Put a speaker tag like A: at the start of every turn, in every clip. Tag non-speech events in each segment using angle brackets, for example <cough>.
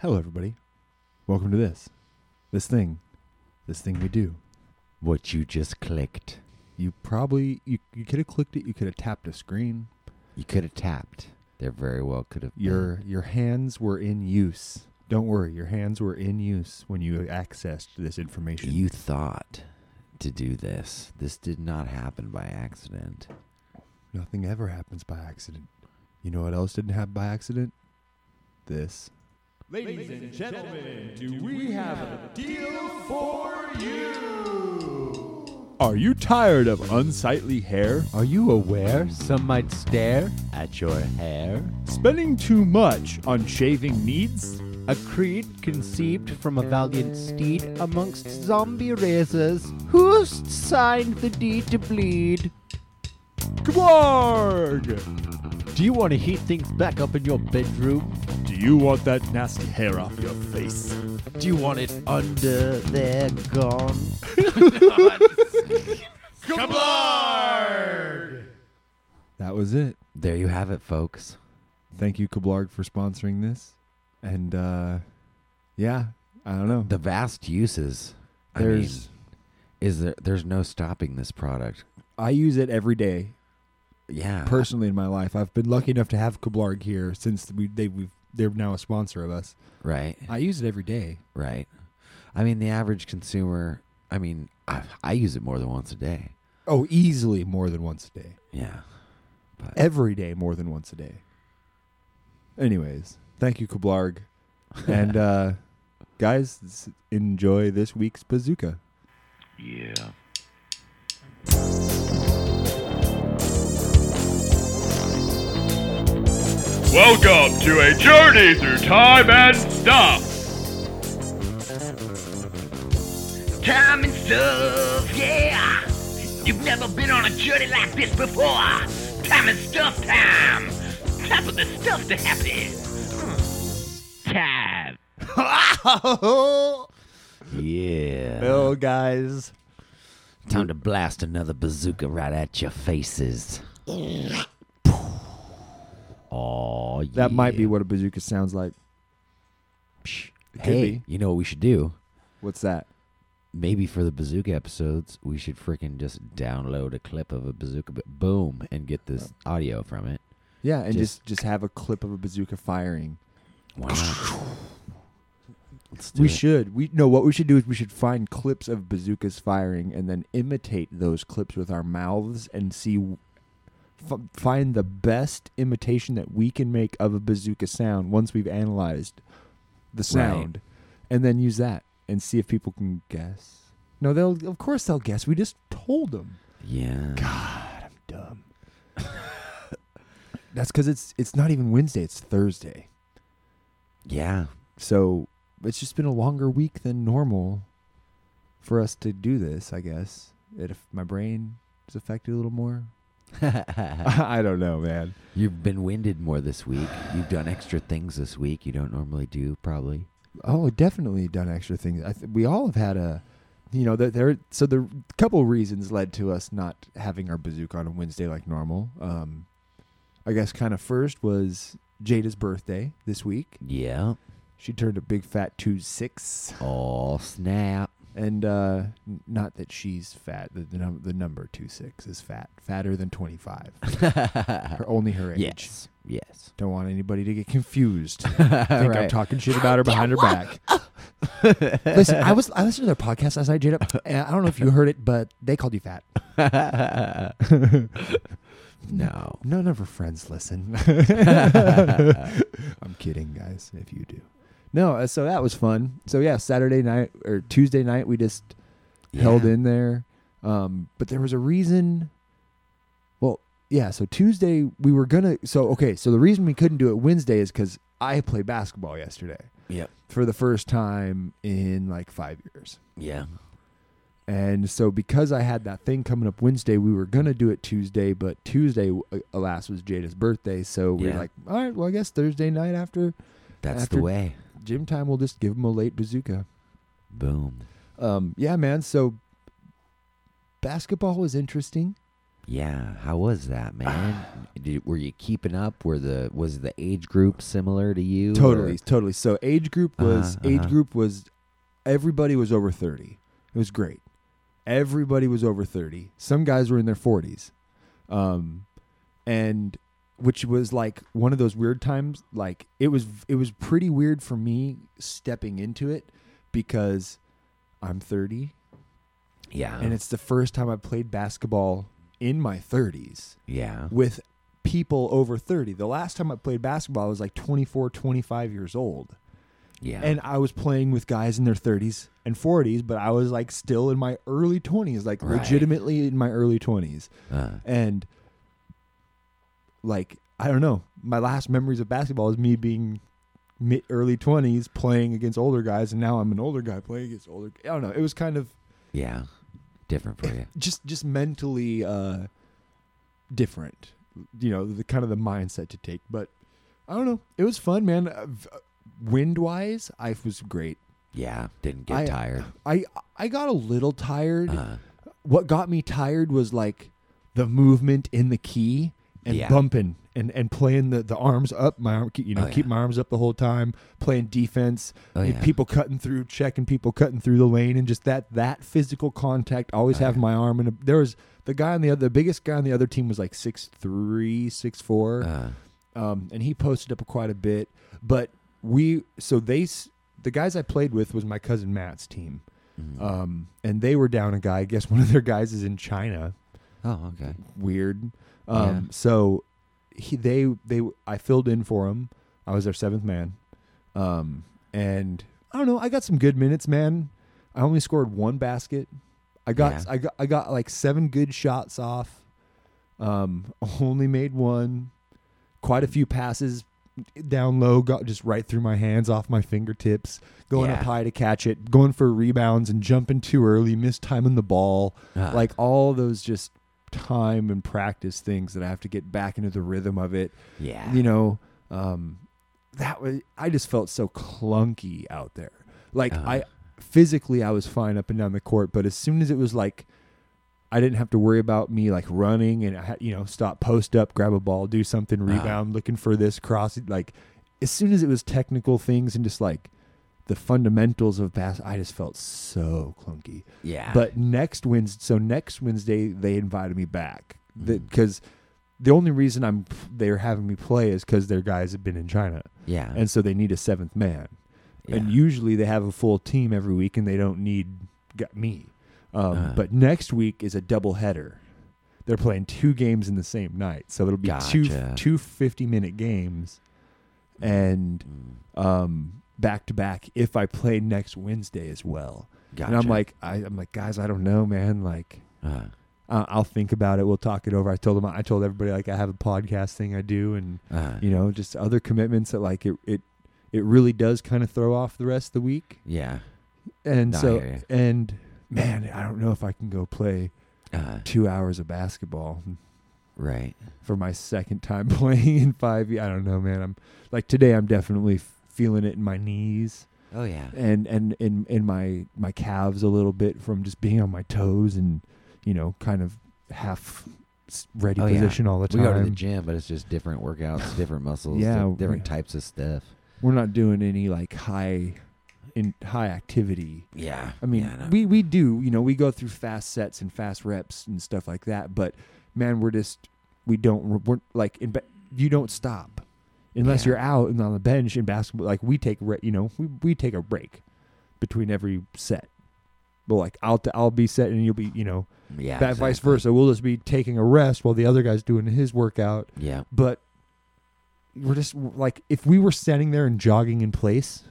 A: Hello, everybody. Welcome to this. This thing. This thing we do.
B: What you just clicked.
A: You probably, you, you could have clicked it. You could have tapped a screen.
B: You could have tapped. There very well could have
A: Your, your hands were in use. Don't worry. Your hands were in use when you accessed this
B: been.
A: information.
B: You thought to do this. This did not happen by accident.
A: Nothing ever happens by accident. You know what else didn't happen by accident? This.
C: Ladies and gentlemen, do we have a deal for you? Are you tired of unsightly hair?
B: Are you aware some might stare at your hair?
C: Spending too much on shaving needs?
D: A creed conceived from a valiant steed amongst zombie razors. Who signed the deed to bleed?
C: Gwarg!
D: Do you want to heat things back up in your bedroom?
C: Do you want that nasty hair off your face?
D: Do you want it under there Uh, gone?
A: That was it.
B: There you have it, folks.
A: Thank you, Kablarg, for sponsoring this. And, uh, yeah, I don't know.
B: The vast uses. I mean,
A: There's.
B: is there there's no stopping this product.
A: I use it every day
B: Yeah.
A: personally in my life. I've been lucky enough to have Kablarg here since we they we've they're now a sponsor of us.
B: right.
A: I use it every day.
B: Right. I mean, the average consumer, I mean, I, I use it more than once a day.
A: Oh, easily more than once a day.
B: Yeah. But
A: Every day more than once a day. Anyways, thank you Kablarg. and <laughs> uh guys, s- enjoy this week's <laughs> bazooka.
E: Yeah. Welcome to a journey through time and stuff.
F: Time and stuff, yeah. You've never been on a journey like this before. Time and stuff time. Time for the stuff to happen. Hmm. Time.
B: yeah.
A: Oh guys.
B: Time to blast another bazooka right at
A: <laughs>
B: your faces. Oh, yeah.
A: That might be what a bazooka sounds like.
B: hey,
A: be.
B: you know what we should do?
A: What's that?
B: Maybe for the bazooka episodes, we should freaking just download a clip of a bazooka, but boom, and get this audio from it.
A: Yeah, and
B: Just-
A: just just have a clip of a bazooka firing. <laughs>
B: Why not? Let's do
A: we
B: it.
A: should. We no. What we should do is we should find clips of bazookas firing and then imitate those clips with our mouths and see. F- find the best imitation that we can make of a bazooka sound once we've analyzed the sound, and then use that and see if people can guess. No, they'll of course they'll guess. We just told them.
B: Yeah.
A: Dumb. <laughs> That's because it's it's not even Wednesday. It's Thursday. <laughs>
B: Yeah.
A: So it's just been a longer week than normal for us to do this, I guess. It, if my brain is affected a little more. <laughs> I don't know, man.
B: You've been winded more this week. You've done extra things this week you don't normally do, probably.
A: Oh, definitely done extra things. I th- we all have had a, you know, there, there. So the couple reasons led to us not having our bazooka on a Wednesday like normal. Um, I guess kind of first was Jada's birthday this week.
B: Yeah.
A: She turned a big fat two six. <laughs>
B: Oh, <laughs> snap.
A: and uh, n- not that she's fat. The, the, num- the number two six is fat, fatter than twenty five. her, only her age.
B: Yes. Yes.
A: Don't want anybody to get
B: <laughs>
A: confused. Think I'm
B: Right. Oh.
A: talking shit about
B: <laughs>
A: her behind her back. Listen, I was I listened to their podcast last night, <laughs> Jada. and I don't know if you heard it, but they called you fat. <laughs>
B: No.
A: None of her friends <laughs> listen. I'm kidding, guys. If you do, no. uh, So that was fun. So yeah, Saturday night or Tuesday night, we just held
B: Yeah.
A: in there. Um, but there was a reason. Well, yeah. So Tuesday we were gonna. So okay. So the reason we couldn't do it Wednesday is because I played basketball yesterday
B: Yep.
A: for the first time in like five years.
B: Yeah.
A: And so because I had that thing coming up Wednesday, we were gonna do it Tuesday, but Tuesday, uh, alas, was Jada's birthday. So we are
B: Yeah.
A: like, all right, well, I guess Thursday night after
B: That's
A: After-
B: the way.
A: gym time, we'll just give him a late bazooka.
B: Boom.
A: Um, yeah, man. So basketball was interesting.
B: Yeah, how was that,
A: <sighs>
B: man? Did, were you keeping up? Were the was the age group similar to you? or-
A: Totally, totally. So age group was
B: Uh-huh,
A: age
B: uh-huh.
A: group was everybody was over thirty. It was great. Everybody was over thirty. Some guys were in their forties, um, and which was like one of those weird times. Like it was it was pretty weird for me stepping into it because I'm thirty
B: yeah,
A: and it's the first time I played basketball in my thirties
B: yeah,
A: with people over 30 the last time i played basketball i was like 24 25 years old
B: yeah,
A: and I was playing with guys in their 30s and 40s, but I was like still in my early 20s, like
B: Right.
A: legitimately in my early 20s.
B: uh,
A: And like, I don't know, my last memories of basketball is me being mid early 20s playing against older guys, and now I'm an older guy playing against older. I don't know. It was kind of
B: yeah, different for you.
A: just just mentally uh different you know the kind of the mindset to take but i don't know it was fun man Uh, v- wind wise i was great
B: Yeah, didn't get
A: I-
B: tired.
A: I I got a little tired.
B: Uh,
A: what got me tired was like the movement in the key and
B: Yeah.
A: bumping and and playing the, the arms up my arm you know
B: Oh,
A: keep
B: yeah.
A: my arms up the whole time playing defense
B: Oh,
A: and
B: yeah.
A: people cutting through checking people cutting through the lane and just that that physical contact always
B: Oh,
A: have my arm and there was the guy on the other the biggest guy on the other team was like six three six four
B: uh,
A: um, and he posted up quite a bit. But we, so they, s- the guys I played with was my cousin Matt's team,
B: mm.
A: um, and they were down a guy. I guess one of their guys is in China.
B: oh, okay.
A: Weird. Um, So he, they, they, I filled in for him. I was their seventh man, um, and I don't know. I got some good minutes, man. I only scored one basket. I got,
B: Yeah.
A: I got, I got like seven good shots off. Um, <laughs> only made one quite a few passes down low, got just right through my hands, off my fingertips, going up
B: Yeah.
A: high to catch it, going for rebounds and jumping too early, mistiming the ball.
B: Ah.
A: Like all those just time and practice things that I have to get back into the rhythm of it.
B: Yeah,
A: You know, um, that was, I just felt so clunky out there. Like I physically, I was fine up and down the court, but as soon as it was like, I didn't have to worry about me like running and I had, you know stop post up grab a ball do something rebound looking for this cross like as soon as it was technical things and just like the fundamentals of bass I just felt so clunky
B: yeah,
A: but next Wednesday so next Wednesday they invited me back
B: Mm.
A: because the only reason I'm they're having me play is because their guys have been in China
B: yeah,
A: and so they need a seventh man and
B: Yeah.
A: usually they have a full team every week and they don't need g- me um,
B: Uh.
A: but next week is a double header they're playing two games in the same night so it'll be
B: Gotcha. Mm.
A: two two 50 minute games and um, back to back if i play next wednesday as well and
B: Gotcha.
A: i'm like I, i'm like guys i don't know man like
B: uh,
A: uh, I'll think about it. We'll talk it over. I told them, I told everybody like I have a podcast thing I do, and
B: Uh-huh.
A: you know, just other commitments that like it, it, it really does kind of throw off the rest of the week.
B: yeah,
A: And
B: No, I
A: so,
B: hear ya.
A: and man, I don't know if I can go play
B: uh,
A: two hours of basketball
B: right.
A: for my second time <laughs> playing in five. ye- I don't know, man. I'm like today, I'm definitely f- feeling it in my knees
B: Oh yeah,
A: and and in in my my calves a little bit from just being on my toes and you know kind of half s- ready
B: Oh, yeah.
A: position all the time.
B: we go to the gym, but it's just different <laughs> workouts, different muscles,
A: Yeah,
B: di-
A: we-
B: different types of stuff.
A: We're not doing any like high in high activity.
B: Yeah,
A: I mean,
B: yeah, no.
A: we we do, you know, we go through fast sets and fast reps and stuff like that, but man, we're just we don't we're like in ba- you don't stop unless
B: Yeah.
A: you're out and on the bench in basketball like we take re- you know, we we take a break between every set. But like I'll t- I'll be set and you'll be, you know,
B: yeah,
A: that vice
B: exactly.
A: versa. We'll just be taking a rest while the other guy's doing his workout
B: Yeah,
A: but we're just like if we were standing there and jogging in place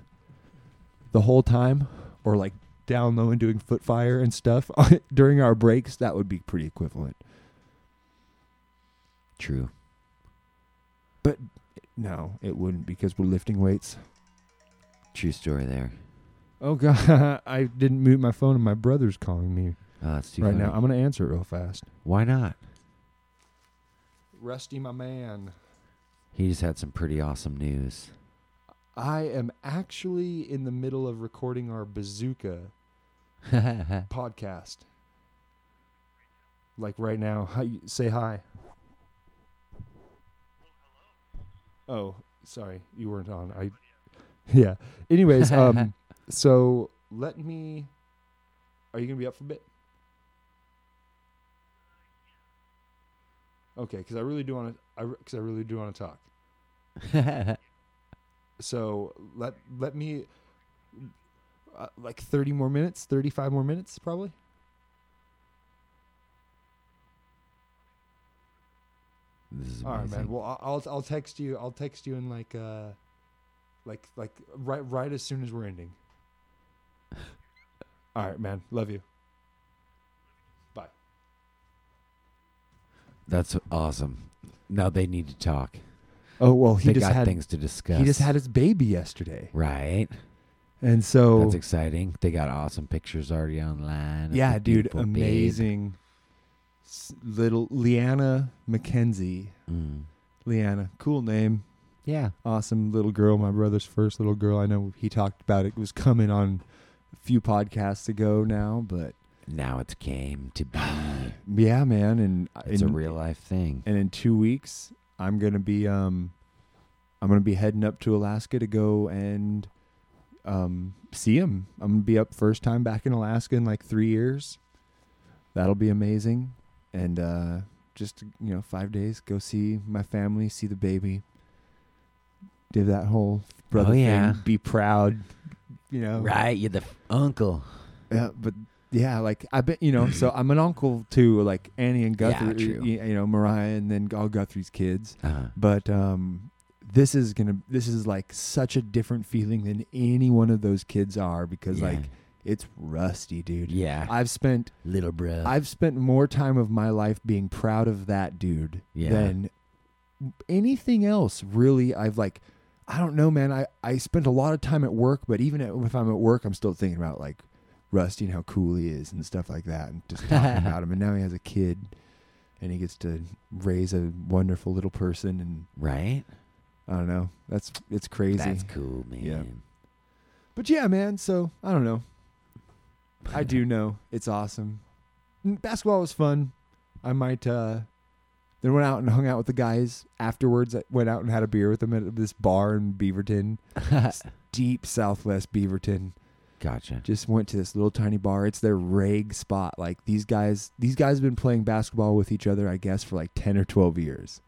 A: the whole time or like down low and doing foot fire and stuff <laughs> during our breaks that would be pretty equivalent
B: true.
A: no it wouldn't because we're lifting weights
B: True story there.
A: oh god <laughs> i didn't mute my phone and my brother's calling me
B: Oh, that's too
A: right
B: funny.
A: now i'm gonna answer it real fast
B: Why not?
A: rusty my man
B: He just had some pretty awesome news. <laughs>
A: i am actually in the middle of recording our bazooka podcast Like right now, hi, say hi. Oh, sorry, you weren't on. I, yeah. Anyways, um, so let me. Are you gonna be up for a bit? Okay, because I really do want to. I because I really do want to talk. So let let me uh, like 30 more minutes, 35 more minutes probably.
B: this is amazing.
A: All right, man. Well, I- I'll I'll text you. I'll text you in like uh like like right right as soon as we're ending.
B: <laughs>
A: All right, man. Love you. Bye.
B: That's awesome. Now they need to talk.
A: Oh, well, he
B: they
A: just
B: got
A: had
B: things to discuss.
A: he just had his baby yesterday.
B: right.
A: And so
B: That's exciting. They got awesome pictures already online. of
A: yeah,
B: the
A: dude,
B: beautiful babe.
A: amazing S- little Leanna McKenzie.
B: Mm.
A: Leanna, cool name.
B: Yeah,
A: awesome little girl, my brother's first little girl. I know he talked about it was coming on a few podcasts ago now, but
B: now it's came to
A: <gasps>
B: be.
A: yeah, man, and
B: It's
A: in,
B: a real life thing.
A: and in 2 weeks I'm going to be um I'm going to be heading up to Alaska to go and um see him. I'm going to be up first time back in Alaska in like 3 years. That'll be amazing. And uh just you know, 5 days go see my family, see the baby. Do that whole brother
B: Oh, yeah.
A: thing, be proud, you know.
B: Right, you're the f- uncle.
A: Yeah, but yeah, like I bet you know.
B: <clears throat>
A: so I'm an uncle to like Annie and
B: Yeah,
A: Guthrie,
B: true.
A: y- you, know Mariah, and then all Guthrie's kids.
B: Uh-huh.
A: But um, this is gonna, this is like such a different feeling than any one of those kids are because
B: Yeah.
A: like it's rusty, dude.
B: Yeah,
A: I've spent
B: little bro.
A: I've spent more time of my life being proud of that dude
B: Yeah.
A: than anything else. Really, I've like, I don't know, man. I I spent a lot of time at work, but even at- if I'm at work, I'm still thinking about like Rusty and how cool he is and stuff like that, and just talking
B: <laughs>
A: about him. And now he has a kid, and he gets to raise a wonderful little person, and
B: right.
A: I don't know. That's it's crazy.
B: That's cool, man.
A: Yeah. But yeah, man. So I don't know. I do know it's awesome. N- Basketball was fun. I might uh then went out and hung out with the guys afterwards. I went out and had a beer with them at this bar in Beaverton, s- deep Southwest Beaverton.
B: <laughs> Gotcha.
A: Just went to this little tiny bar. It's their rag spot. Like these guys, these guys have been playing basketball with each other, I guess, for like ten or twelve years.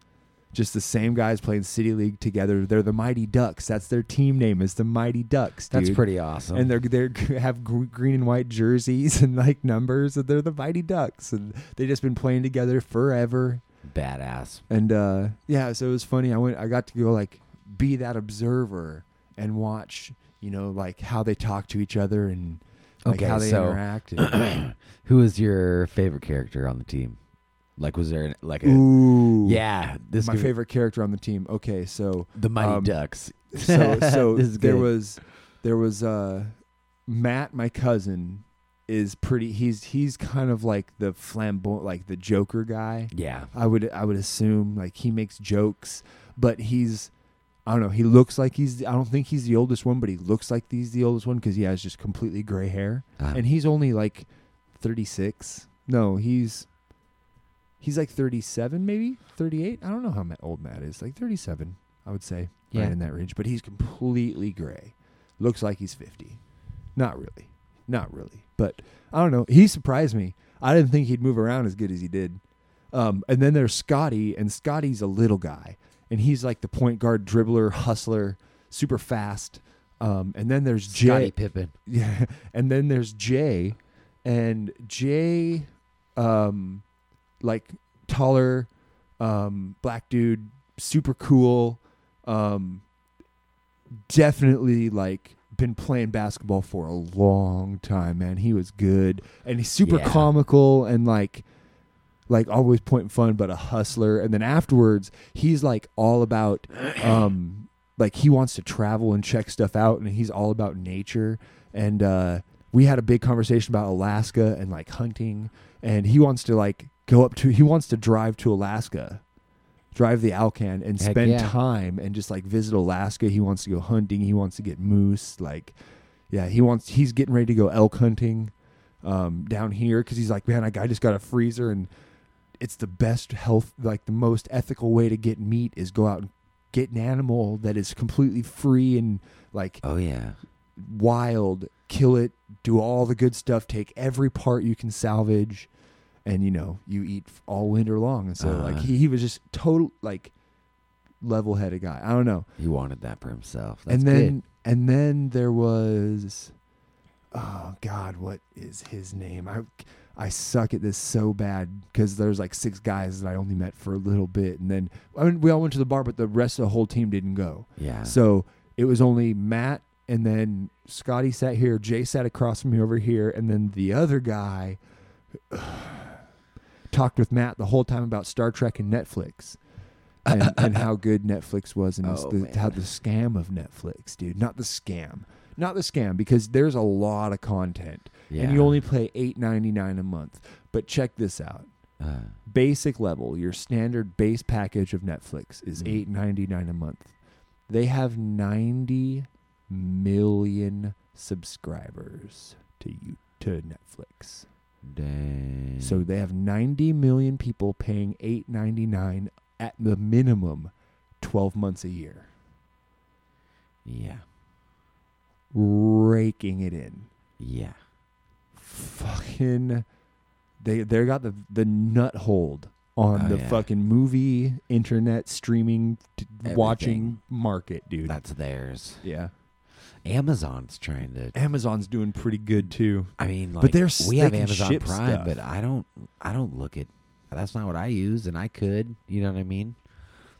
A: Just the same guys playing city league together. They're the Mighty Ducks. That's their team name. Is the Mighty Ducks.
B: That's
A: dude
B: pretty awesome.
A: and they're they're g- have gr- green and white jerseys <laughs> and like numbers and they're the mighty ducks and they just been playing together forever
B: badass. <clears throat>
A: and uh yeah so it was funny i went i got to go like be that observer and watch you know like how they talk to each other and like
B: Okay,
A: how they
B: so-
A: interact
B: <clears throat>
A: and,
B: Who is your favorite character on the team? Like, was there an, like a
A: ooh
B: yeah? This
A: my
B: could be-
A: favorite character on the team okay
B: <laughs>
A: so
B: the Mighty
A: um,
B: Ducks.
A: so so
B: This is
A: there
B: good.
A: was there was uh Matt, my cousin, is pretty he's he's kind of like the flamboyant like the Joker guy.
B: Yeah,
A: I would I would assume like he makes jokes, but he's I don't know, he looks like he's I don't think he's the oldest one, but he looks like he's the oldest one cuz he has just completely gray hair.
B: Uh-huh.
A: And he's only like 36. No, he's he's like 37 maybe, 38. I don't know how ma- old Matt is. Like 37, I would say.
B: Yeah.
A: Right in that range, but he's completely gray. Looks like he's 50. Not really. Not really. But I don't know. He surprised me. I didn't think he'd move around as good as he did. Um, and then there's Scotty, and Scotty's a little guy, and he's like the point guard, dribbler, hustler, super fast. Um, and then there's Jay.
B: Scottie Pippen.
A: <laughs> Yeah. And then there's Jay, and Jay, um, like taller, um, black dude, super cool, um, definitely like been playing basketball for a long time, man. He was good, and he's super
B: Yeah.
A: comical and like. Like always pointing fun, but a hustler. And then afterwards, he's like all about, um, like he wants to travel and check stuff out, and he's all about nature. And uh, we had a big conversation about Alaska and like hunting, and he wants to like go up to, he wants to drive to Alaska drive the Alcan and
B: Heck
A: spend
B: yeah.
A: time and just like visit Alaska. He wants to go hunting. He wants to get moose. Like, yeah, he wants. He's getting ready to go elk hunting um, down here because he's like, man, I, I just got a freezer and it's the best health, like the most ethical way to get meat is go out and get an animal that is completely free and like
B: Oh yeah.
A: wild, kill it, do all the good stuff, take every part you can salvage, and you know you eat f- all winter long. And so like
B: Uh-huh.
A: he, he was just total like level headed guy. I don't know.
B: He wanted that for himself. That's
A: and then and then there was oh god, what is his name? I I suck at this so bad because there's like six guys that I only met for a little bit, and then I mean, we all went to the bar, but the rest of the whole team didn't go.
B: good. Yeah.
A: So it was only Matt and then Scotty sat here, Jay sat across from me over here, and then the other guy <sighs> talked with Matt the whole time about Star Trek and Netflix.
B: <laughs>
A: and, and how good Netflix was, and this-
B: Oh,
A: the-
B: man.
A: how the scam of Netflix, dude. Not the scam, not the scam, because there's a lot of content, and
B: Yeah.
A: you only pay eight ninety nine a month. But check this out:
B: uh,
A: basic level, your standard base package of Netflix is
B: Mhm.
A: eight ninety nine a month. They have ninety million subscribers to you to Netflix.
B: dang.
A: So they have ninety million people paying eight ninety nine at the minimum twelve months a year.
B: yeah.
A: Raking it in.
B: Yeah.
A: Fucking they they got the the nut hold on
B: Oh,
A: the
B: yeah.
A: fucking movie internet streaming t- watching
B: Everything.
A: market, <laughs> dude.
B: That's theirs.
A: Yeah.
B: Amazon's trying to
A: Amazon's doing pretty good too.
B: I mean, like,
A: But they're
B: we have
A: they can
B: Amazon
A: ship
B: Prime,
A: stuff.
B: but I don't, I don't look at. That's not what I use, and I could, you know what I mean?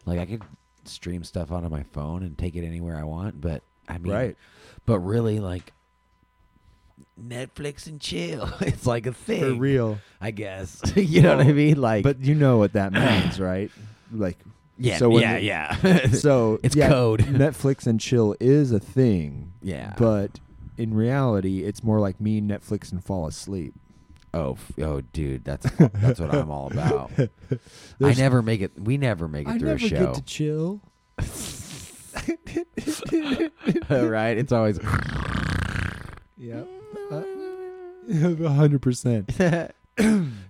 B: Like, I could stream stuff onto my phone and take it anywhere I want, but I mean,
A: Right.
B: But really, like, Netflix and chill. <laughs> It's like a thing,
A: For real.
B: I guess. <laughs> you know what I
A: Well,
B: mean? Like,
A: But you know what <clears throat> that means, right? <laughs> Like
B: yeah,
A: so when
B: yeah,
A: the- <laughs>
B: yeah. <laughs>
A: so
B: It's
A: yeah, <laughs>
B: code. <laughs>
A: Netflix and chill is a thing.
B: Yeah.
A: But in reality, it's more like me Netflix and fall asleep.
B: oh, f- oh, dude, that's that's what I'm all <laughs> about. I
A: There's-
B: never make it. We never make it through a show.
A: chill. <laughs>
B: <laughs> right? It's always. <clears throat>
A: Yeah. <laughs> hundred percent.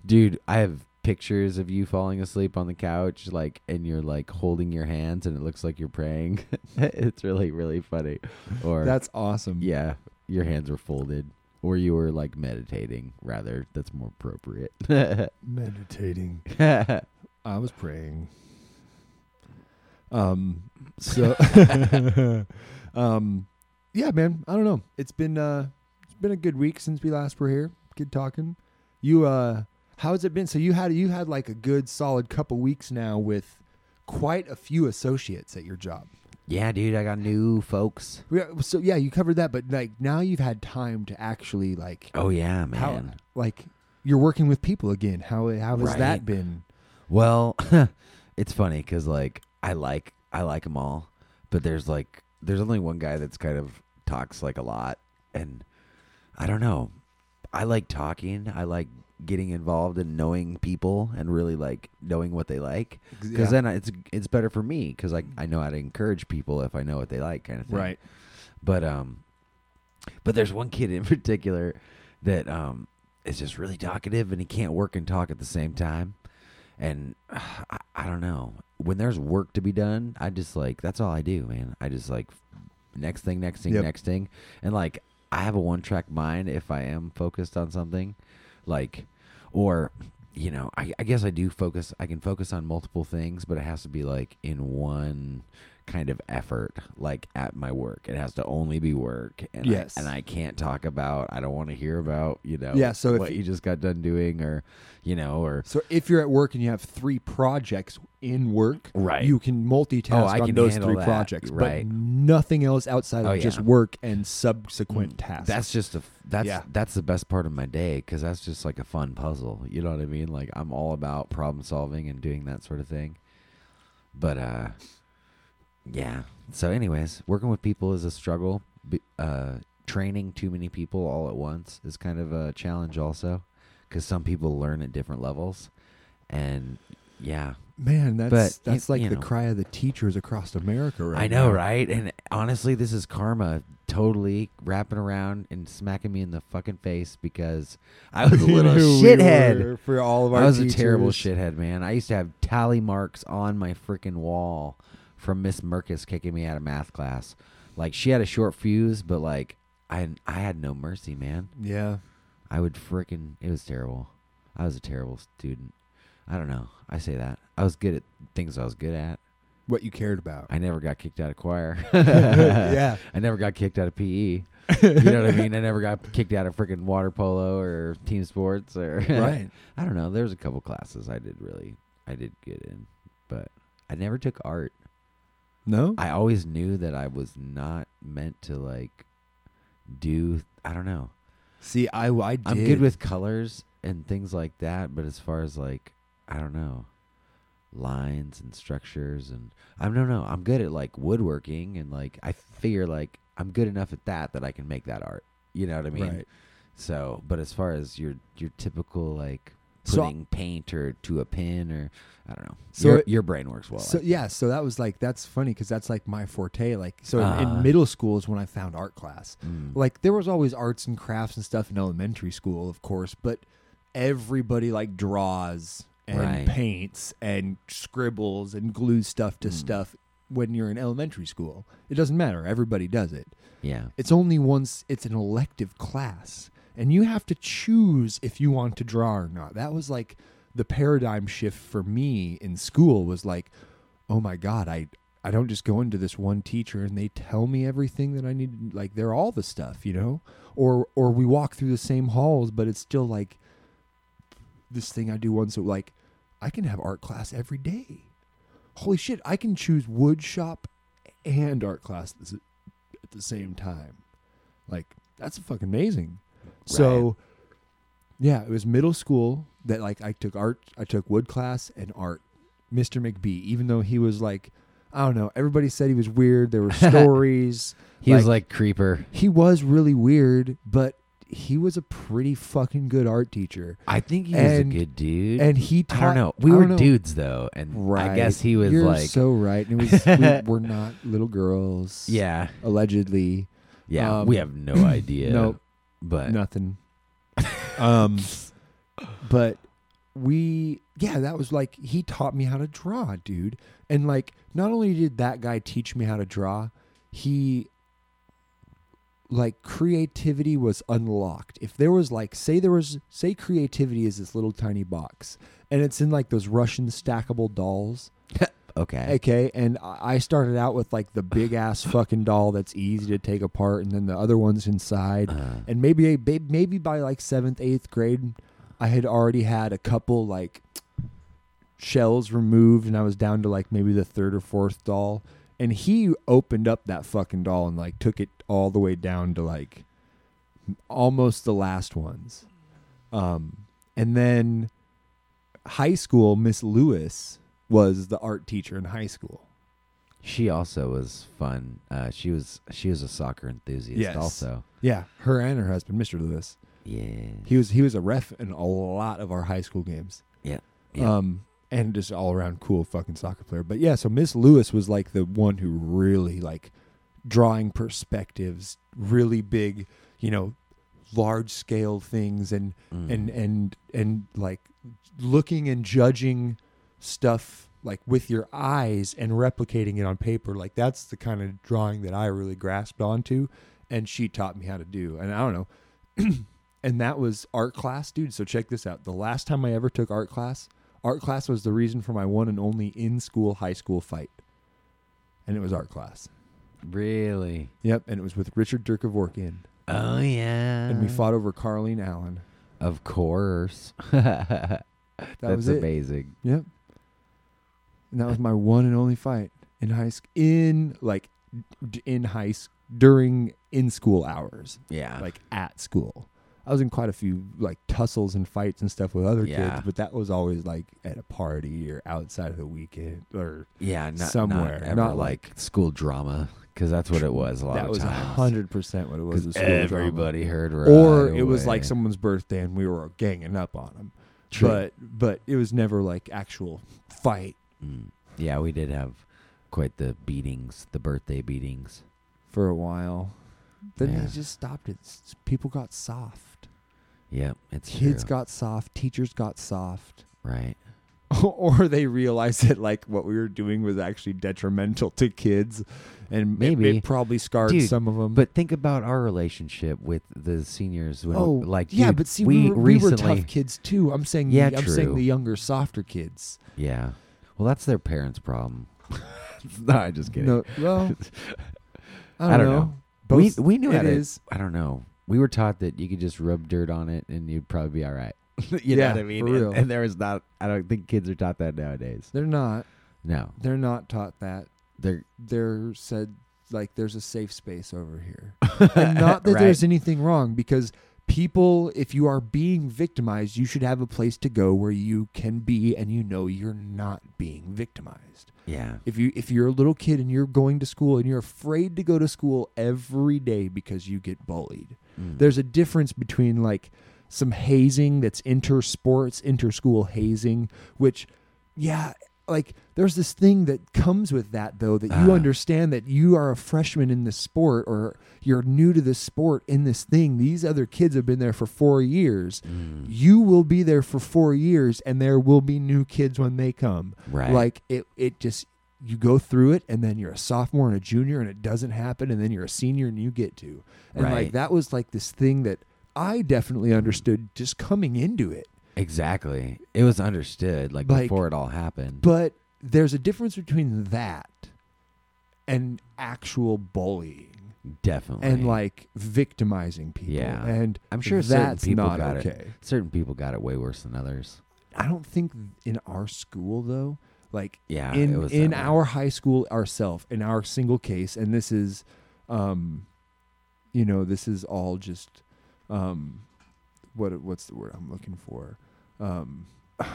B: Dude, I have pictures of you falling asleep on the couch, like, and you're like holding your hands, and it looks like you're praying. <laughs> it's really, really funny. Or
A: That's awesome.
B: yeah, your hands were folded, or you were like meditating. Rather, that's more appropriate. <laughs>
A: Meditating.
B: yeah,
A: I was praying. Um. <laughs> So. um. Yeah, man. I don't know. It's been uh, it's been a good week since we last were here. Good talking. You uh, how has it been? So you had you had like a good solid couple weeks now with quite a few associates at your job.
B: dude, I got new folks.
A: Yeah, So yeah, you covered that, but like now you've had time to actually like
B: Oh yeah,
A: how like you're working with people again. How how has that
B: Right.
A: been?
B: Well, <laughs> it's funny because like I like I like them all, but there's like there's only one guy that's kind of talks like a lot, and I don't know. I like talking. I like getting involved and knowing people and really like knowing what they like because then it's it's better for me because I I know how to encourage people if I know what they like kind of thing. But um, but there's one kid in <laughs> particular that um is just really talkative, and he can't work and talk at the same time. And <sighs> uh, I, I don't know when there's work to be done. I just like that's all I do, man. I just like next thing, next thing,
A: Yep.
B: next thing, and like I have a one track mind if I am focused on something, like or. You know, I, I guess I do focus. I can focus on multiple things, but it has to be like in one kind of effort like at my work it has to only be work and
A: Yes.
B: I, and I can't talk about I don't want to hear about you know
A: Yeah, so if
B: what
A: you-
B: you just got done doing or you know or
A: So if you're at work and you have three projects in work,
B: Right.
A: you can multitask
B: Oh, I
A: on
B: can
A: those
B: handle
A: three
B: that,
A: projects,
B: right.
A: but nothing else outside of
B: Oh,
A: just
B: yeah. Mm,
A: work and subsequent tasks.
B: that's just a that's
A: Yeah.
B: that's the best part of my day cuz that's just like a fun puzzle you know what I mean like I'm all about problem solving and doing that sort of thing but uh yeah so anyways working with people is a struggle B- uh training too many people all at once is kind of a challenge also because some people learn at different levels and yeah.
A: Man, that's
B: But, y-
A: that's like
B: you
A: the
B: know.
A: cry of the teachers across America right
B: I know,
A: now.
B: right? And honestly, this is karma totally wrapping around and smacking me in the fucking face because
A: <laughs>
B: I was a
A: You
B: little
A: know, we
B: shithead.
A: were for all of our
B: I was a terrible
A: teachers.
B: shithead, man. I used to have tally marks on my freaking wall from Miss Merkus kicking me out of math class. Like she had a short fuse, but like I I had no mercy, man.
A: Yeah.
B: I would freaking it was terrible. I was a terrible student. I don't know. I say that. I was good at things I was good at.
A: What you cared
B: <laughs>
A: about.
B: I never got kicked out of choir. <laughs>
A: Yeah.
B: I never got kicked out of PE. You know what I mean? I never got kicked out of freaking water polo or team sports or <laughs>
A: Right.
B: I don't know. There was a couple classes I did really I did good in, but I never took art.
A: No?
B: I always knew that I was not meant to like do I don't know.
A: See, I, I did.
B: I'm good with colors and things like that, but as far as like I don't know lines and structures and I don't know. I'm good at like woodworking and like I figure like I'm good enough at that that I can make that art. You know what I mean?
A: Right.
B: So, but as far as your your typical like
A: So-
B: putting paint or to a pin or I don't know.
A: So
B: your,
A: it-
B: your brain works well.
A: So
B: like-
A: yeah, so that was like that's funny because that's like my forte. Like so in- in,
B: Uh-huh.
A: middle school is when I found art class. Like there was always arts and crafts and stuff in elementary school, of course, but everybody like draws and
B: Right.
A: paints and scribbles and glues stuff to stuff when you're in elementary school. It doesn't matter. Everybody does it.
B: yeah.
A: It's only once it's an elective class, and you have to choose if you want to draw or not. That was like the paradigm shift for me in school was like, oh my god, I I don't just go into this one teacher and they tell me everything that I need. Like they're all the stuff, you know, or or we walk through the same halls, but it's still like this thing I do once. Like I can have art class every day. Holy shit, I can choose wood shop and art class at the- at the same time. Like that's fucking amazing. So yeah, it was middle school that like I took art, I took wood class and art. Mr. McBee, even though he was like I don't know, everybody said he was weird,
B: <laughs>
A: there were stories.
B: He was like creeper.
A: he was really weird, but he was a pretty fucking good art teacher.
B: I think he
A: And-
B: was a good dude.
A: And he
B: I
A: taught
B: don't know. We
A: I
B: were
A: don't know.
B: dudes though, and
A: Right.
B: I guess he was
A: You're
B: like
A: so right. And it was
B: <laughs>
A: we were not little girls.
B: Yeah.
A: Allegedly.
B: Yeah,
A: Um,
B: we
A: <clears throat>
B: have no idea.
A: nope.
B: But
A: nothing. um, but we, yeah, that was like he taught me how to draw, dude. And like, not only did that guy teach me how to draw, he like creativity was unlocked. If there was like, say there was, say creativity is this little tiny box, and it's in like those Russian stackable dolls.
B: okay.
A: Okay, and I I started out with like the big ass fucking doll that's easy to take apart, and then the other ones inside.
B: Uh,
A: and maybe a- ba- maybe by like seventh, eighth grade, I had already had a couple like shells removed, and I was down to like maybe the third or fourth doll. And he opened up that fucking doll and like took it all the way down to like almost the last ones. Um, and then high school, Miss Lewis was the art teacher in high school.
B: she also was fun. Uh, she was she was a soccer enthusiast
A: Yes.
B: also.
A: Yeah, her and her husband, Mr. Lewis.
B: Yeah.
A: He was he was a ref in a lot of our high school games.
B: Yeah. Yeah.
A: Um, and just all around cool fucking soccer player. But yeah, so Miss Lewis was like the one who really like drawing perspectives, really big, you know, large scale things and
B: Mm.
A: and and and like looking and judging stuff like with your eyes and replicating it on paper. Like that's the kind of drawing that I really grasped onto and she taught me how to do. And I don't know, <clears throat> and that was art class, dude. So check this out. The last time I ever took art class, art class was the reason for my one and only in school high school fight. And it was art class.
B: really?
A: Yep, and it was with Richard Durkovorkian.
B: Oh yeah.
A: And we fought over Carlene Allen.
B: Of course. <laughs> That's
A: That was it.
B: amazing.
A: Yep. And that was my one and only fight in high school in like d- in high s- during in school hours,
B: Yeah.
A: like at school. I was in quite a few like tussles and fights and stuff with other
B: Yeah.
A: kids, but that was always like at a party or outside of the weekend or
B: yeah, not
A: somewhere,
B: not, ever
A: not
B: like, school drama cuz that's what it was a lot
A: that
B: of
A: was
B: times.
A: hundred percent what it was. the
B: 'Cause
A: school drama.
B: everybody heard right
A: or it was like
B: away.
A: someone's birthday and we were ganging up on them.
B: True.
A: But but it was never like actual fight
B: Mm. Yeah, we did have quite the beatings, the birthday beatings.
A: for a while. Then
B: Yeah.
A: they just stopped it. S- People got soft.
B: Yeah, it's
A: Kids
B: true.
A: got soft. Teachers got soft. <laughs>
B: right.
A: or they realized that like what we were doing was actually detrimental to kids, and it- it,
B: Maybe.
A: probably scarred
B: Dude,
A: some of them.
B: But think about our relationship with the seniors. When,
A: oh,
B: like
A: yeah,
B: dude,
A: but see,
B: we,
A: we, were, we were
B: recently,
A: tough kids too. I'm saying,
B: Yeah,
A: the, I'm saying
B: true.
A: the younger, softer kids.
B: yeah. Well, that's their parents' problem. <laughs> no, I'm just kidding. <laughs>
A: No, well, I don't,
B: I don't
A: know.
B: know. we
A: Both-
B: we knew how
A: it
B: to-
A: is.
B: I don't know. We were taught that you could just rub dirt on it and you'd probably be all right.
A: <laughs>
B: <laughs> you
A: Yeah,
B: know what I mean?
A: for
B: And-
A: real.
B: And, there is not. I don't think kids are taught that nowadays.
A: They're not.
B: No,
A: They're not taught that.
B: they're
A: They're said like there's a safe space over here, and not that there's anything wrong because people, if you are being victimized, you should have a place to go where you can be and you know you're not being victimized.
B: yeah.
A: If you if you're a little kid and you're going to school and you're afraid to go to school every day because you get bullied.
B: Mm.
A: There's a difference between like some hazing that's inter sports, inter school hazing, which yeah, like there's this thing that comes with that though that you
B: Ah.
A: understand that you are a freshman in this sport or you're new to this sport in this thing. These other kids have been there for 4 years.
B: Mm.
A: You will be there for 4 years and there will be new kids when they come.
B: Right.
A: Like it it just you go through it and then you're a sophomore and a junior and it doesn't happen and then you're a senior and you get to. And like
B: Right.
A: that was like this thing that I definitely understood just coming into it.
B: Exactly. It was understood like,
A: Like-
B: before it all happened.
A: But there's a difference between that and actual bullying
B: Definitely.
A: and like victimizing people.
B: Yeah.
A: And
B: I'm sure
A: that's
B: certain people
A: not
B: got
A: okay.
B: it. Certain people got it way worse than others.
A: I don't think in our school though, like
B: Yeah,
A: in
B: Ah, it was
A: in
B: that way.
A: our high school ourself, in our single case, and this is, um, you know, this is all just, um, what what's the word I'm looking for, um. <sighs>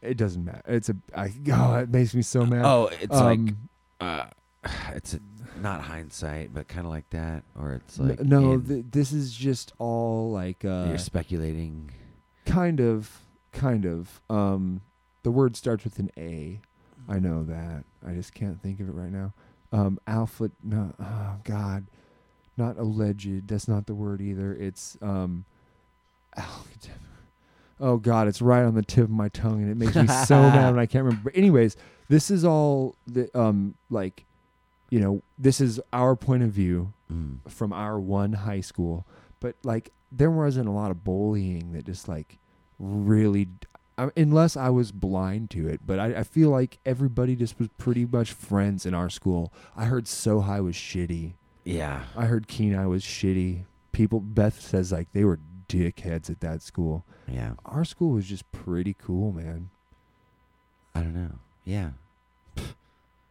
A: It doesn't matter. It's a I <laughs> oh, it makes me so mad.
B: Oh, it's like
A: Um,
B: uh, <sighs> it's not hindsight, but kind of like that, or it's
A: n-
B: like
A: no,
B: in-
A: th- this is just all like uh,
B: you're speculating.
A: kind of kind of um the word starts with an a i know that i just can't think of it right now um alpha no oh god not alleged that's not the word either it's um <laughs> al- oh god it's right on the tip of my tongue and it makes me so mad when i can't remember but anyways this is all the um like you know this is our point of view
B: Mm.
A: from our one high school, but like there wasn't a lot of bullying that just like really, I, unless I was blind to it. But I, I feel like everybody just was pretty much friends in our school. I heard So High was shitty.
B: Yeah,
A: I heard Kenai was shitty. People, Beth says like they were dickheads at that school.
B: yeah.
A: Our school was just pretty cool, man.
B: I don't know. Yeah, <sighs>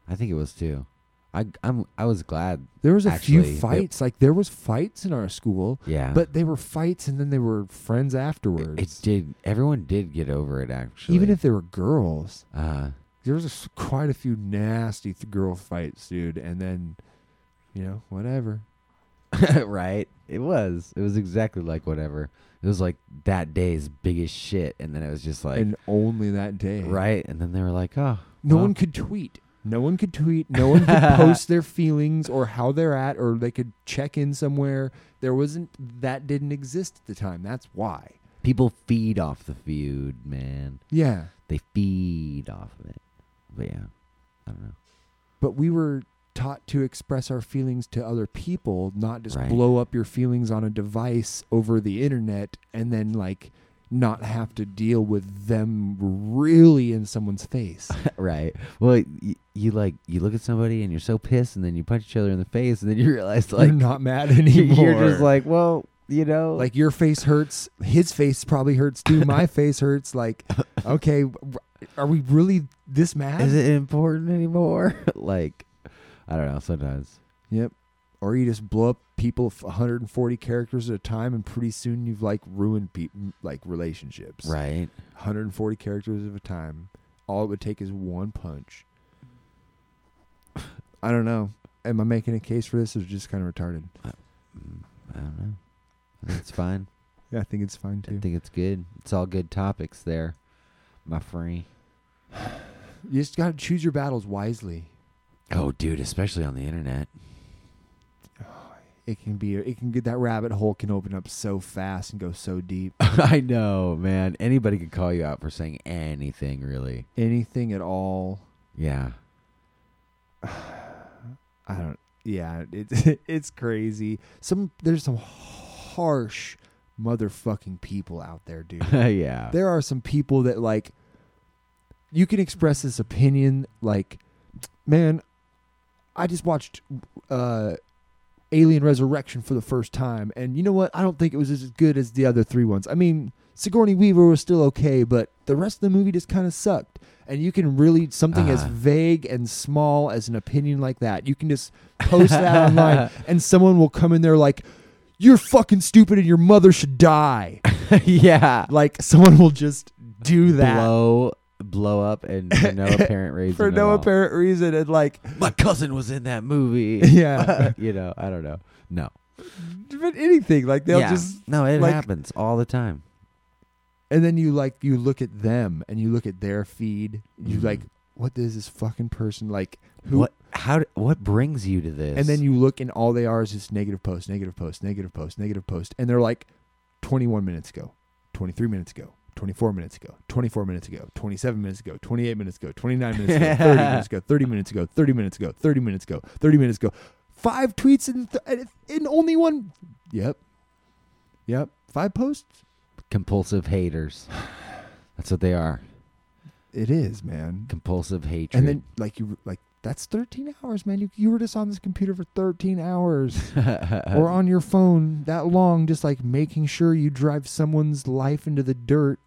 B: I think it was too. I I'm I was glad.
A: There was a
B: Actually,
A: few
B: it-
A: fights. like there was fights in our school,
B: Yeah,
A: but they were fights, and then they were friends
B: it,
A: afterwards.
B: it did. Everyone did get over it actually.
A: Even if they were girls,
B: uh,
A: there was a s quite a few nasty th- girl fights, dude. And then, you know, whatever.
B: <laughs> right? It was. It was exactly like whatever. It was like that day's biggest shit, and then it was just like
A: and only that day,
B: right, and then they were like, oh,
A: No
B: well,
A: one could tweet. No one could tweet. No one
B: <laughs>
A: could post their feelings or how they're at, or they could check in somewhere. There wasn't that didn't exist at the time. That's why.
B: people feed off the feud, man.
A: Yeah,
B: They feed off of it. But yeah, I don't know. <laughs>
A: but we were taught to express our feelings to other people, not just
B: Right.
A: blow up your feelings on a device over the internet and then like not have to deal with them really in someone's
B: <laughs>
A: face.
B: right. Well, you, you like you look at somebody and you're so pissed, and then you punch each other in the face, and then you <laughs> realize like
A: you're not mad
B: you're-
A: anymore.
B: you're just like, well, you know,
A: like your face hurts, his face probably hurts too. My face hurts.
B: <laughs>
A: Like, okay, w- are we really this mad?
B: <laughs> is it important anymore? <laughs> like, I don't know. Sometimes.
A: Yep. Or you just blow up people f- 140 characters at a time, and pretty soon you've like ruined pe- like relationships.
B: Right.
A: 140 characters at a time. All it would take is one punch. <sighs> I don't know. Am I making a case for this? Or just kind of retarded?
B: I don't know. I think It's fine.
A: Yeah, I think it's fine too.
B: I think it's good. It's all good topics there, my friend.
A: you just got to choose your battles wisely.
B: Oh, dude, especially on the internet.
A: It can be. It can get that rabbit hole can open up so fast and go so deep.
B: <laughs> I know, man. Anybody could call you out for saying anything, really.
A: Anything at all.
B: Yeah. <laughs>
A: I don't. Yeah, it's <laughs> it's crazy. Some there's some harsh motherfucking people out there, dude.
B: yeah.
A: there are some people that like you can express this opinion like man i just watched uh alien resurrection for the first time and you know what i don't think it was as good as the other three ones i mean sigourney weaver was still okay but the rest of the movie just kind of sucked and you can really something as
B: Uh-huh.
A: vague and small as an opinion like that you can just post that online and someone will come in there like you're fucking stupid and your mother should die
B: <laughs> yeah.
A: like someone will just do that
B: Blow, blow up, and
A: <laughs>
B: for no apparent reason.
A: for
B: at
A: no
B: all.
A: apparent reason and like
B: My cousin was in that movie.
A: <laughs> Yeah.
B: <laughs> you know, I don't know. No.
A: but anything like they'll
B: yeah.
A: just
B: no, it
A: like-
B: happens all the time.
A: and then you like you look at them and you look at their feed you
B: Mhm.
A: like what is this fucking person like who
B: what? How? d- What brings you to this?
A: and then you look and all they are is just negative post negative post negative post negative post and they're like 21 minutes ago 23 minutes ago 24 minutes ago 24 minutes ago 27 minutes ago 28 minutes ago 29 minutes ago 30 minutes ago 30 minutes ago 30 minutes ago 30 minutes ago 30 minutes ago five tweets in, th- in only one yep yep five posts <sighs>
B: compulsive haters. That's what they are.
A: it is man
B: Compulsive hatred.
A: and then like you like that's 13 hours man you, you were just on this computer for 13 hours
B: <laughs> Uh,
A: or on your phone that long, just like making sure you drive someone's life into the dirt,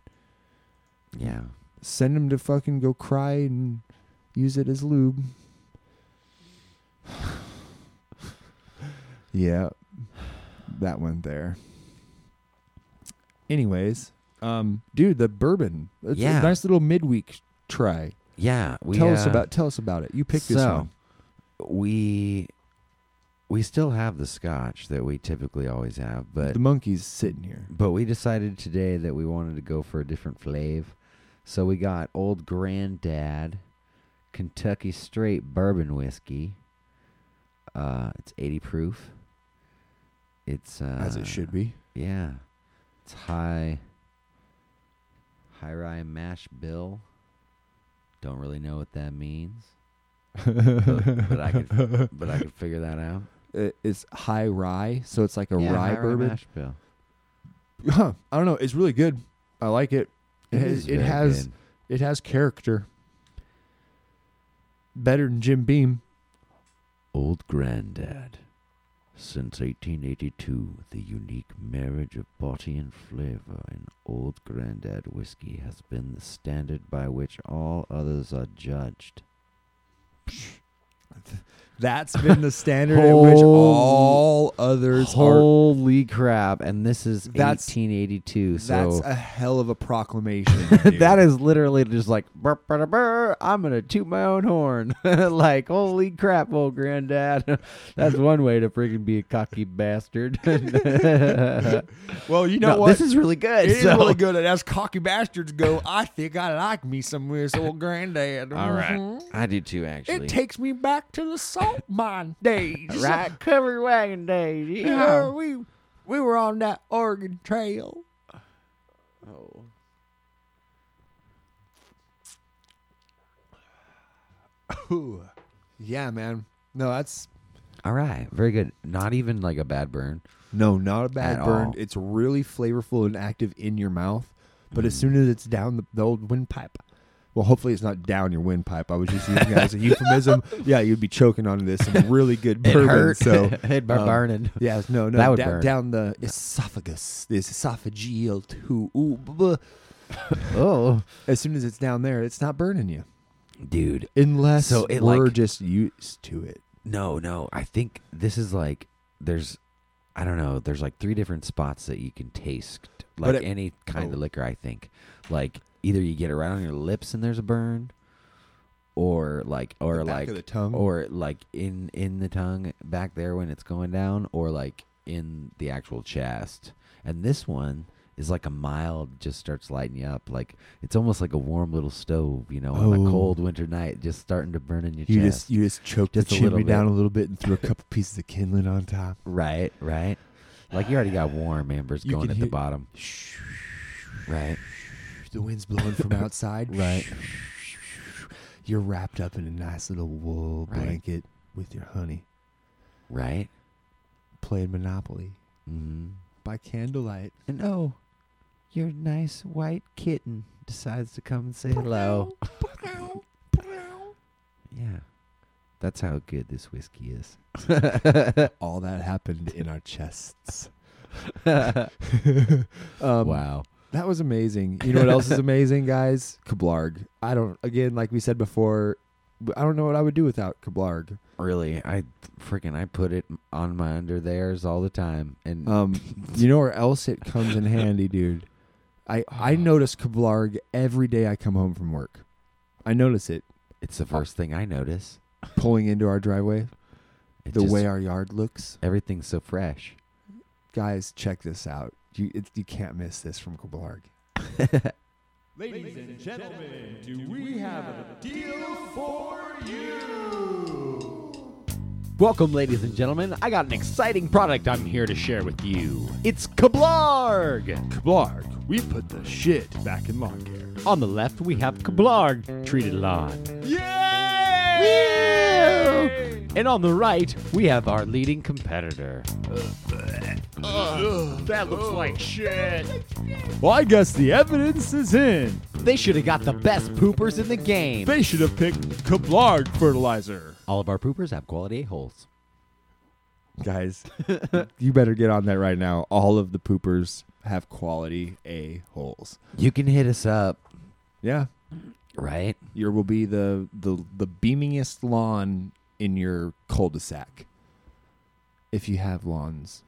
B: yeah.
A: send them to fucking go cry and use it as lube. <sighs> yeah, that went there. Anyways, um, dude, the bourbon. It's
B: Yeah.
A: a nice little midweek try.
B: Yeah. We,
A: tell us
B: uh,
A: about tell us about it. You picked this
B: so,
A: one.
B: We we still have the scotch that we typically always have, but
A: The monkey's sitting here.
B: but we decided today that we wanted to go for a different flave. So we got Old Granddad Kentucky Straight Bourbon Whiskey. Uh, it's 80 proof. It's uh,
A: As it should be.
B: Yeah. It's high high rye mash bill. Don't really know what that means. but, but I
A: <laughs>
B: could but I could figure that out.
A: It- It's high rye, so it's like a
B: Yeah,
A: rye
B: high
A: bourbon.
B: mash bill.
A: huh, I don't know. It's really good. I like it. It, has
B: is
A: it
B: very
A: has
B: good.
A: it has character. Better than Jim Beam.
B: Old Granddad. Since 1882, the unique marriage of body and flavor in Old Granddad whiskey has been the standard by which all others are judged.
A: That's been the standard <laughs>
B: at which all
A: others
B: Holy crap! And this is
A: That's-
B: 1882.
A: That's
B: So
A: a hell of a proclamation. <laughs> dude.
B: that is literally just like burr, burr, burr, I'm gonna toot my own horn. <laughs> like holy crap, old granddad. <laughs> That's one way to freaking be a cocky bastard. <laughs>
A: well, you know
B: no,
A: what?
B: this is really good.
A: It is
B: so-
A: really good. And as cocky bastards go, I think I like me some of this old granddad.
B: All
A: Mhm.
B: right, I do too. Actually,
A: It takes me back to the salt mine days.
B: right cover wagon days.
A: You
B: Yeah.
A: know, we we were on that Oregon Trail. Oh. yeah, man. No, that's
B: All right, very good. Not even like a bad burn.
A: no, not a bad
B: At
A: burn.
B: all.
A: It's really flavorful and active in your mouth. But
B: Mm.
A: as soon as it's down the, the old windpipe, well, hopefully it's not down your windpipe. I was just using that as a
B: <laughs>
A: euphemism. Yeah, you'd be choking on this and really good bourbon. <laughs>
B: <laughs>
A: So
B: it bur-
A: um,
B: burning.
A: Yes, no, no,
B: That would
A: da-
B: burn.
A: down the esophagus, the esophageal tube. Ooh, buh, buh.
B: Oh,
A: As soon as it's down there, it's not burning you,
B: dude.
A: unless
B: So it,
A: we're
B: like-
A: just used to it.
B: No, no. I think this is like there's I don't know, there's like three different spots that you can taste like
A: it-
B: any kind
A: oh.
B: of liquor, I think. Like either you get it right on your lips and there's a burn or like or
A: back
B: like
A: of the tongue?
B: or like in in the tongue back there when it's going down or like in the actual chest. and this one is like a mild, just starts lighting you up. Like it's almost like a warm little stove, you know, on
A: Oh.
B: a cold winter night, just starting to burn in your
A: You
B: chest.
A: just you just choked
B: Just a
A: the
B: little
A: chimney down
B: bit.
A: a little bit and
B: <laughs>
A: threw a couple pieces of kindling on top.
B: right, right. Like you already got warm embers
A: You
B: going
A: can
B: at the
A: hear-
B: bottom. Right.
A: <laughs> The wind's blowing
B: <laughs>
A: from outside.
B: Right.
A: You're wrapped up in a nice little wool
B: Right.
A: blanket with your honey,
B: Right.
A: playing Monopoly
B: Mm-hmm.
A: by candlelight.
B: And oh, your nice white kitten decides to come and say hello. <laughs> yeah. That's how good this whiskey is.
A: All that happened in our
B: <laughs>
A: chests. um,
B: wow.
A: That was amazing. You know what
B: <laughs>
A: else is amazing, guys? Kablarg. I don't. Again, like we said before, w- I don't know what I would do without Kablarg.
B: Really, I freaking I put it on my under theirs all the time, and
A: Um, you know where else it comes in
B: <laughs>
A: handy, dude? I
B: Ah.
A: I notice Kablarg every day I come home from work. I notice it
B: it's the first thing I notice.
A: pulling into our driveway,
B: It
A: the
B: just-
A: way our yard looks.
B: everything's so fresh.
A: Guys, check this out. You it, you can't miss this from Kablarg.
C: Ladies and gentlemen, do we have a deal for you?
D: Welcome, ladies and gentlemen. I got an exciting product I'm here to share with you. It's Kablarg!
C: Kablarg, we put the shit back in lawn care.
D: On the left, we have Kablarg treated lawn.
C: Yay!
D: And on the right, we have our leading competitor.
E: That looks like shit.
C: Well, I guess the evidence is in.
D: They should have got the best poopers in the game.
C: They should have picked Kablarg fertilizer.
B: All of our poopers have quality holes.
A: Guys, <laughs> you better get on that right now. All of the poopers have quality a holes.
B: You can hit us up,
A: Yeah,
B: right?
A: Your will be the the the beamingest lawn in your cul-de-sac. If you have lawns.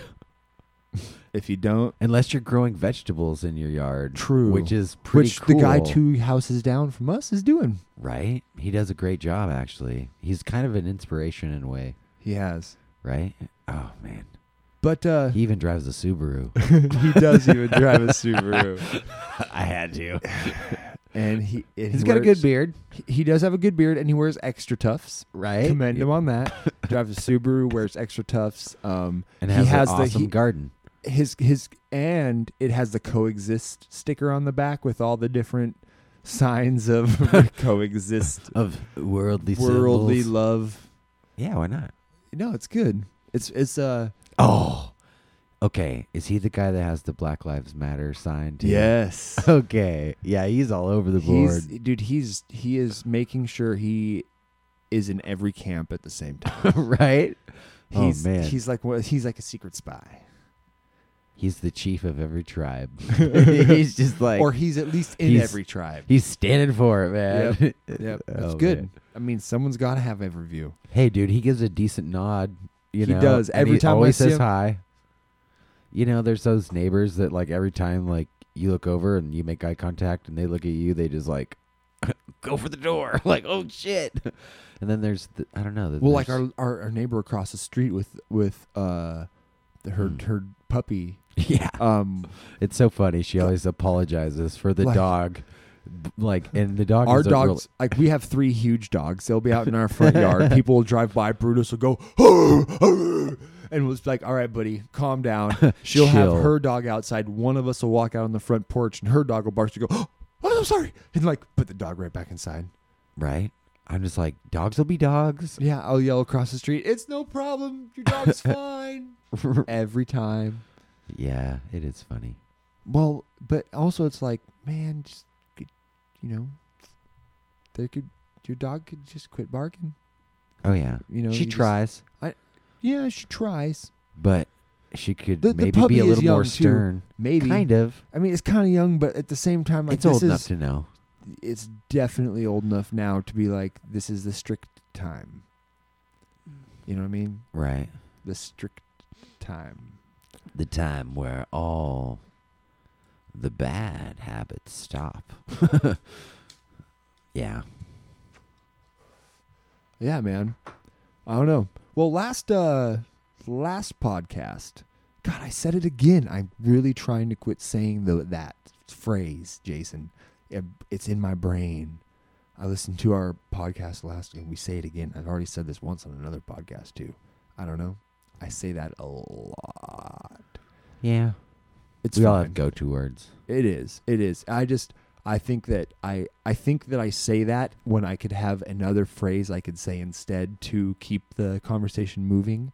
A: <laughs> if you don't,
B: Unless you're growing vegetables in your yard,
A: True.
B: which is pretty
A: which the guy
B: cool.
A: two houses down from us is doing.
B: Right? He does a great job, actually. He's kind of an inspiration in a way,
A: He has.
B: right? Oh, man.
A: But uh
B: He even drives a <laughs> Subaru.
A: he does even drive a <laughs> Subaru.
B: I had to.
A: And he and
B: He's
A: he
B: got a
A: wears-
B: good beard,
A: he- He does have a good beard and he wears extra tufts.
B: right?
A: Commend him on that. <laughs> Drives a Subaru, wears extra tufts. Um
B: And
A: he
B: has,
A: has
B: an
A: the
B: awesome
A: he-
B: garden.
A: his his and it has the coexist sticker on the back with all the different signs of
B: <laughs>
A: <laughs> coexist
B: Of worldly
A: worldly
B: symbols.
A: love.
B: yeah, why not?
A: No, it's good. It's it's uh
B: Oh. Okay. Is he the guy that has the Black Lives Matter sign? Too?
A: yes.
B: <laughs> Oh, Okay. Yeah, he's all over the board.
A: He's dude, he's he is making sure he is in every camp at the same time. <laughs>
B: right?
A: He's
B: <laughs> oh, man.
A: he's like well, he's like a secret spy.
B: He's the chief of every tribe.
A: <laughs>
B: <laughs> he's just like.
A: or he's at least in
B: he's-
A: every tribe.
B: He's standing for it, man.
A: Yep,
B: <laughs>
A: yep. That's
B: Oh,
A: good.
B: man.
A: I mean, someone's got to have every view.
B: Hey, dude, he gives a decent nod. You
A: He
B: know,
A: does.
B: and
A: Every
B: he
A: time I
B: always
A: see
B: says
A: him-
B: hi. You know, there's those neighbors that like every time like you look over and you make eye contact and they look at you, they just like <laughs> go for the door, <laughs> like oh shit. And then there's the, I don't know.
A: Well, like
B: there's-
A: our, our our neighbor across the street with with uh the, her her puppy.
B: Hmm. <laughs> yeah,
A: Um,
B: it's so funny. She always apologizes for the
A: Like-
B: dog, B- like and the dog.
A: our
B: is a real-
A: dogs like we have three huge dogs. They'll be out in our
B: <laughs>
A: front yard. People will drive by. Brutus will go. "Arr, arr," And was like, all right, buddy, calm
B: <laughs>
A: down. She'll have
B: Chill.
A: her dog outside. One of us will walk out on the front porch, and her dog will bark. She go, <gasps> oh, I'm sorry, and like put the dog right back inside.
B: right? I'm just like dogs will be dogs,
A: Yeah, I'll yell across the street. It's no problem. Your
B: <laughs>
A: dog's fine. Every time.
B: Yeah, it is funny.
A: Well, but also it's like, man, just get- you know, there could your dog could just quit barking.
B: Oh yeah,
A: You know,
B: she
A: you just-
B: tries,
A: Yeah, she tries.
B: but she could
A: The- the
B: maybe
A: puppy
B: be a
A: is
B: little more
A: young, too.
B: stern.
A: Maybe.
B: Kind of.
A: I mean, it's kind of young, but at the same time, like
B: it's
A: this
B: old
A: is,
B: enough to know.
A: it's definitely old enough now to be like, this is the strict time. You know what I mean?
B: Right.
A: The strict time.
B: The time where all the bad habits stop. <laughs> yeah.
A: Yeah, man. I don't know. Well, last uh last podcast, God, I said it again. I'm really trying to quit saying the, that phrase, Jason. It- It's in my brain. I listened to our podcast last and we say it again. I've already said this once on another podcast too. I don't know. I say that a lot.
B: Yeah.
A: It's
B: we all
A: fine.
B: have go to
A: <laughs>
B: words.
A: It is. It is. I just I think that I I think that I say that when I could have another phrase I could say instead to keep the conversation moving.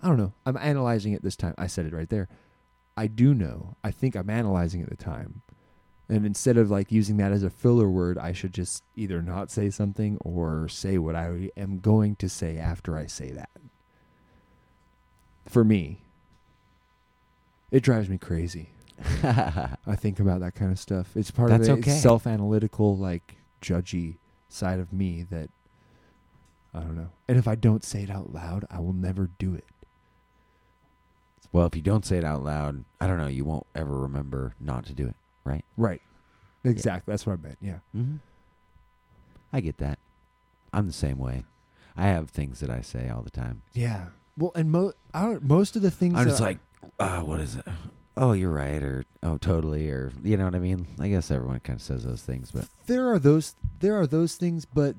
A: I don't know. I'm analyzing it this time. I said it right there. I do know. I think I'm analyzing it the time. And instead of like using that as a filler word, I should just either not say something or say what I am going to say after I say that. For me, it drives me crazy. I think about that kind of stuff. It's part
B: That's
A: of the
B: okay.
A: self-analytical, like judgy side of me that I don't know. And if I don't say it out loud, I will never do it.
B: Well, if you don't say it out loud, I don't know, you won't ever remember not to do it, right?
A: Right. Exactly. That's what I meant. Yeah.
B: Mm-hmm. I get that. I'm the same way. I have things that I say all the time.
A: Yeah. Well, and mo- I don't, most of the things
B: I'm
A: that
B: just
A: I-
B: like, uh, what is it? Oh, you're right, or oh, totally, or you know what I mean. I guess everyone kind of says those things, but
A: there are those there are those things, but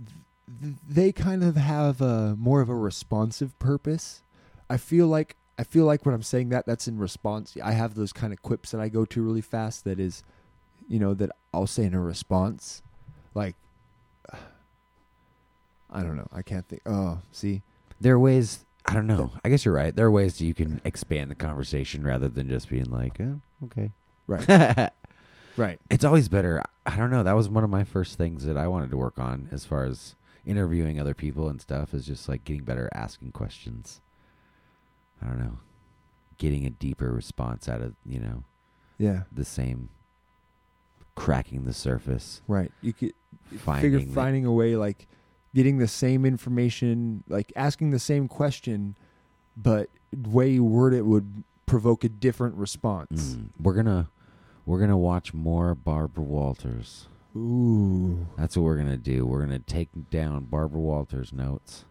A: th- they kind of have a more of a responsive purpose. I feel like I feel like when I'm saying that, that's in response. I have those kind of quips that I go to really fast. That is, you know, that I'll say in a response, like. <sighs> I don't know. I can't think. Oh, see,
B: there are ways. I don't know. I guess you're right. There are ways that you can expand the conversation rather than just being like, oh, okay.
A: right,
B: <laughs> it's
A: right.
B: always better. I don't know. That was one of my first things that I wanted to work on as far as interviewing other people and stuff is just like getting better at asking questions. I don't know. Getting a deeper response out of, you know,
A: Yeah,
B: the same cracking the surface,
A: right. You could
B: finding
A: figure
B: the-
A: finding a way like getting the same information like asking the same question but way you word it would provoke a different response
B: Mm, we're gonna we're gonna watch more Barbara Walters.
A: ooh
B: That's what we're gonna do. We're gonna take down Barbara Walters notes.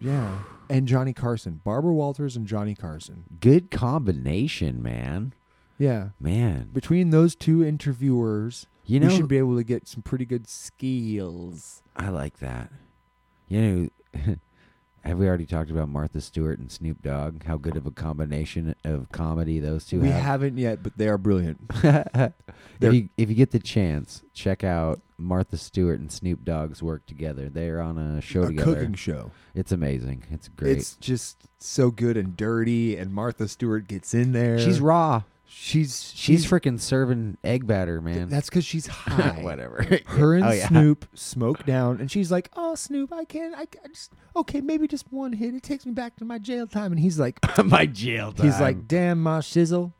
A: yeah and johnny carson barbara walters and johnny carson
B: Good combination, man.
A: yeah
B: Man,
A: between those two interviewers
B: you know
A: we should be able to get some pretty good skills
B: I like that. You know, <laughs> have we already talked about Martha Stewart and Snoop Dogg? How good of a combination of comedy those two
A: we
B: have.
A: haven't yet but they are
B: <laughs>
A: brilliant
B: if you if you get the chance, check out Martha Stewart and Snoop Dogg's work together. They're on a show
A: a
B: together.
A: cooking show
B: It's amazing. It's great.
A: it's just so good and dirty and martha stewart gets in there
B: she's raw.
A: she's
B: She's freaking serving egg batter, man. <laughs>
A: That's because she's high.
B: whatever. <laughs>
A: Her and
B: Oh, yeah.
A: Snoop smoke down, and she's like, "Oh, Snoop, I can't. I, I just okay, maybe just one hit. It takes me back to my jail time." And he's
B: <coughs>
A: like,
B: my jail
A: "He's like, damn, my shizzle.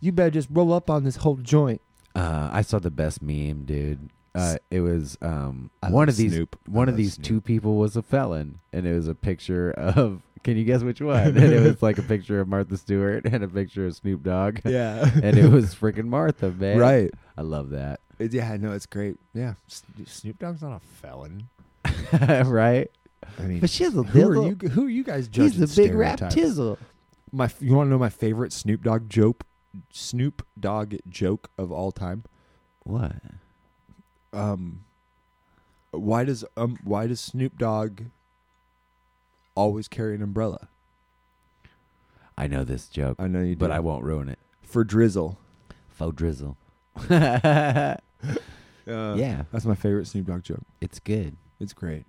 A: You better just roll up on this whole joint."
B: Uh, I saw the best meme, dude. Uh, it was um,
A: I
B: one
A: love
B: of these
A: Snoop. I
B: one of
A: love
B: these
A: Snoop.
B: <laughs> two people was a felon, and it was a picture of. <laughs> Can you guess which <laughs> one? and it was like a picture of Martha Stewart and a picture of Snoop Dogg.
A: Yeah,
B: <laughs> and it was freaking Martha,
A: <laughs>
B: man.
A: right.
B: I love that. <laughs>
A: It- yeah, no, it's great. Yeah, S- Snoop Dogg's not a felon.
B: right?
A: I mean,
B: But she's
A: who
B: a
A: are
B: dizzle.
A: you? Who are you guys
B: He's
A: judging?
B: the big rap
A: stereotypes?
B: tizzle.
A: My, f- you want to know my favorite Snoop Dogg joke? Snoop Dogg joke of all time.
B: What?
A: um why does um why does Snoop Dogg always carry an umbrella?
B: I know this joke,
A: I know you do.
B: but I won't ruin it.
A: for drizzle.
B: Faux <laughs> drizzle. yeah,
A: Uh, that's my favorite Snoop Dogg joke.
B: it's good.
A: It's great.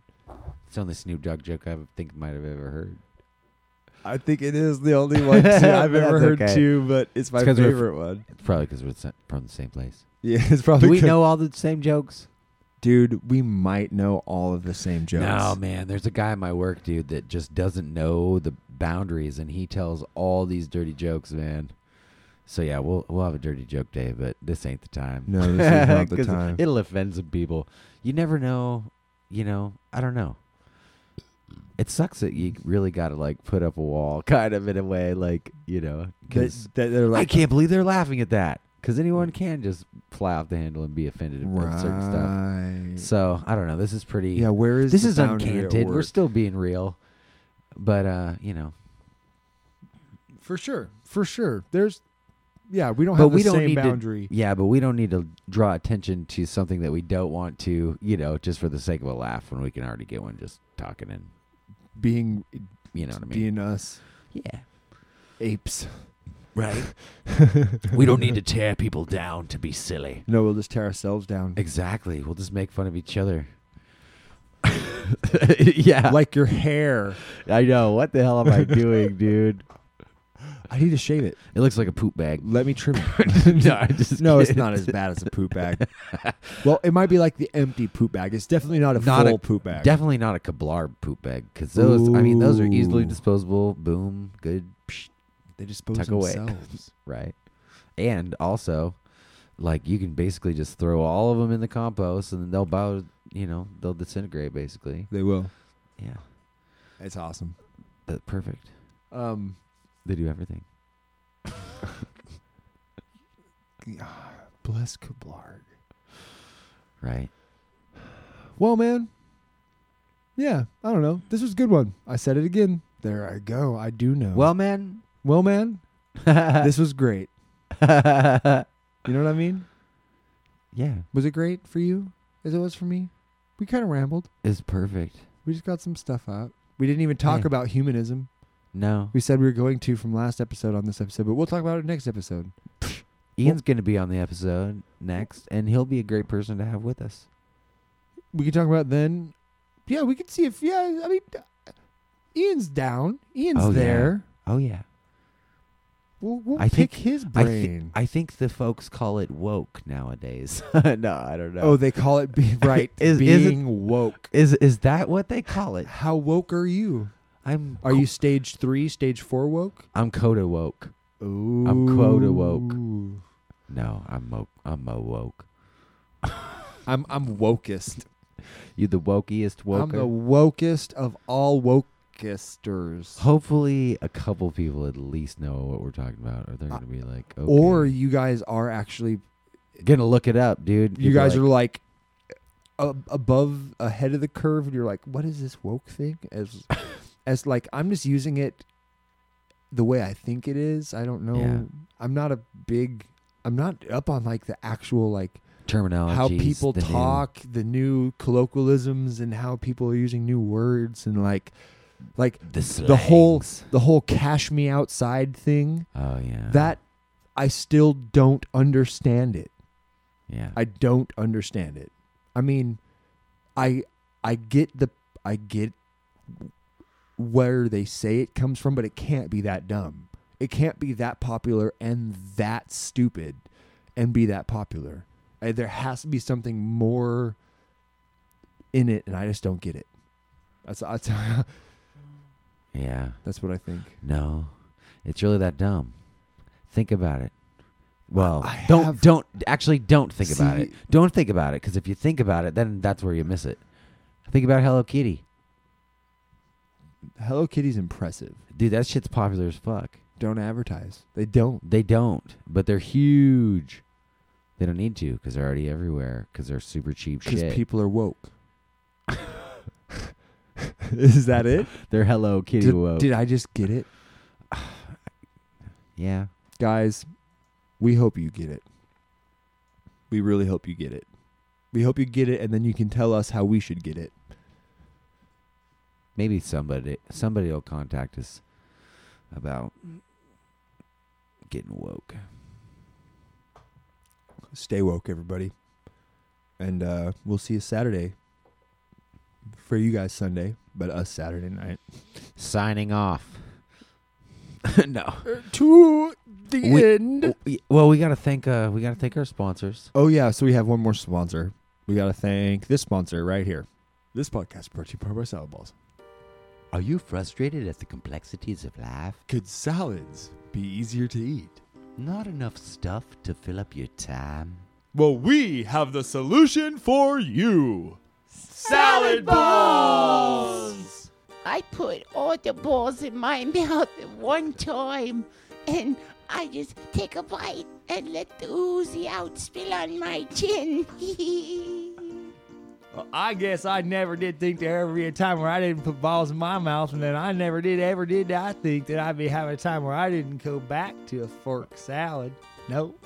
B: It's the only Snoop Dogg joke I think might have ever heard.
A: I think it is the only <laughs> one too, I've ever
B: That's
A: heard
B: okay.
A: too, but it's my
B: 'cause we're f-
A: favorite one.
B: It's probably because we're sa- from the same place.
A: <laughs> Yeah, it's probably
B: Do we
A: 'cause-
B: know all the same jokes?
A: dude. We might know all of the same jokes.
B: No, man. There's a guy at my work, dude, that just doesn't know the boundaries, and he tells all these dirty jokes, man. So yeah, we'll we'll have a dirty joke day, but this ain't the time.
A: No, this is not the
B: <laughs> 'Cause
A: time.
B: It'll offend some people. You never know. You know, I don't know. It sucks that you really got to like put up a wall, <laughs> kind of in a way, like you know,
A: that,
B: 'cause
A: that they're
B: I
A: like
B: can't believe they're laughing at that. Because anyone can just fly off the handle and be offended at certain stuff.
A: right.
B: So I don't know. This is pretty.
A: Yeah, where is
B: this
A: the
B: is
A: boundary at
B: uncanted. We're
A: work?
B: still being real, but uh, you know,
A: for sure, for sure. There's, yeah, we don't
B: but
A: have the
B: we don't
A: same
B: need
A: boundary.
B: to. Yeah, but we don't need to draw attention to something that we don't want to. You know, just for the sake of a laugh, when we can already get one just talking and
A: being,
B: you know what I mean.
A: being us
B: yeah.
A: apes.
B: <laughs> Right. we don't need to tear people down to be silly.
A: No, we'll just tear ourselves down.
B: Exactly. We'll just make fun of each other. <laughs>
A: <laughs>
B: yeah.
A: Like your
B: <laughs>
A: hair,
B: I know. What the hell am I doing, dude?
A: I need to shave it.
B: <laughs> It looks like a poop bag.
A: Let me trim. it.
B: <laughs> no, I just
A: No, it's
B: kidding.
A: not as bad as a poop
B: <laughs>
A: bag. well, it might be like the empty poop bag. It's definitely not a
B: Not
A: full
B: a
A: poop bag.
B: Definitely not a Kablar poop bag because those. I mean, those are easily
A: Ooh.
B: disposable. Boom. Good. Psh,
A: they dispose
B: tuck away. <laughs>
A: themselves.
B: right. And also, like you can basically just throw all of them in the compost, and then they'll bow. You know, they'll disintegrate basically.
A: They will.
B: Yeah.
A: It's awesome.
B: That perfect.
A: Um,
B: They do everything.
A: bless Kablarg.
B: Right.
A: Well, man. Yeah, I don't know. This was a good one. I said it again. There I go. I do know.
B: Um, Well, uh, man.
A: well, man. this was great.
B: <laughs> yeah.
A: You know what I mean? Was it great for you as it was for me? We kind of rambled.
B: It's perfect.
A: We just got some stuff out. We didn't even talk
B: Yeah.
A: about humanism.
B: No.
A: We said we were going to from last episode on this episode, but we'll talk about it next episode.
B: Ian's going to be on the episode next, and he'll be a great person to have with us.
A: we can talk about then. Yeah, we can see if yeah. I mean, uh, Ian's down. Ian's
B: Oh, yeah.
A: there.
B: Oh yeah,
A: We'll, we'll
B: I
A: pick
B: think-
A: his
B: I,
A: brain.
B: thi- I think the folks call it woke nowadays. <laughs> no, I don't know.
A: oh, they call it
B: <laughs>
A: be right.
B: Is-
A: being
B: is it-
A: woke.
B: is is that what they call
A: <sighs>
B: it?
A: How woke are you?
B: I'm
A: Are
B: co-
A: you stage three, stage four woke?
B: I'm coda woke.
A: Ooh.
B: quota woke. No, I'm mo- I'm mo woke.
A: I'm I'm wokest.
B: You the wokeiest woke.
A: I'm the wokest of all wokesters.
B: Hopefully, a couple people at least know what we're talking about, or they're gonna be like, okay.
A: Uh, Or you guys are actually
B: gonna look it up, dude.
A: you guys
B: are.
A: are like ab- above ahead of the curve and you're like what is this woke thing as as like i'm just using it the way i think it is i don't know
B: Yeah.
A: i'm not a big i'm not up on like the actual like
B: terminology.
A: how people talk the new colloquialisms and how people are using new words and like like
B: the,
A: the whole
B: slangs.
A: the whole cash me outside thing
B: Oh yeah.
A: that i still don't understand it
B: yeah.
A: I don't understand it. I mean, I I get the I get where they say it comes from, but it can't be that dumb. It can't be that popular and that stupid and be that popular. Uh, There has to be something more in it, and I just don't get it. That's that's,
B: yeah.
A: <laughs> that's what I think.
B: No, it's really that dumb. Think about it. Well,
A: I
B: don't
A: have-
B: don't actually don't think about it.
A: See-
B: Don't think about it because if you think about it, then that's where you miss it. Think about Hello Kitty,
A: Hello Kitty's impressive.
B: dude. That shit's popular as fuck.
A: Don't advertise. They don't.
B: They don't, but they're huge. They don't need to because they're already everywhere because they're super cheap
A: Because
B: shit.
A: people are woke. <laughs> Is that it?
B: they're Hello Kitty
A: Did,
B: woke.
A: did I just get it?
B: yeah,
A: Guys, we hope you get it. We really hope you get it. We hope you get it, and then you can tell us how we should get it.
B: maybe somebody somebody will contact us about getting woke.
A: Stay woke, everybody. And uh, we'll see you Saturday. For you guys, Sunday, but us Saturday night.
B: Signing off. <laughs> no.
A: To the
B: We-
A: end.
B: W- Oh, Well, we gotta thank uh, we gotta thank our sponsors.
A: Oh yeah, so we have one more sponsor. We gotta thank this sponsor right here. This podcast is brought to you by Salad Balls.
B: Are you frustrated at the complexities of life?
C: Could salads be easier to eat?
B: Not enough stuff to fill up your time?
C: Well, we have the solution for you. Salad balls!
G: I put all the balls in my <laughs> mouth at one time, and I just take a bite <laughs> and let the oozy out spill on my chin.
A: Well, I guess I never did think there ever be a time where I didn't put balls in my mouth, and then I never did ever did I think that I'd be having a time where I didn't go back to a fork salad. Nope.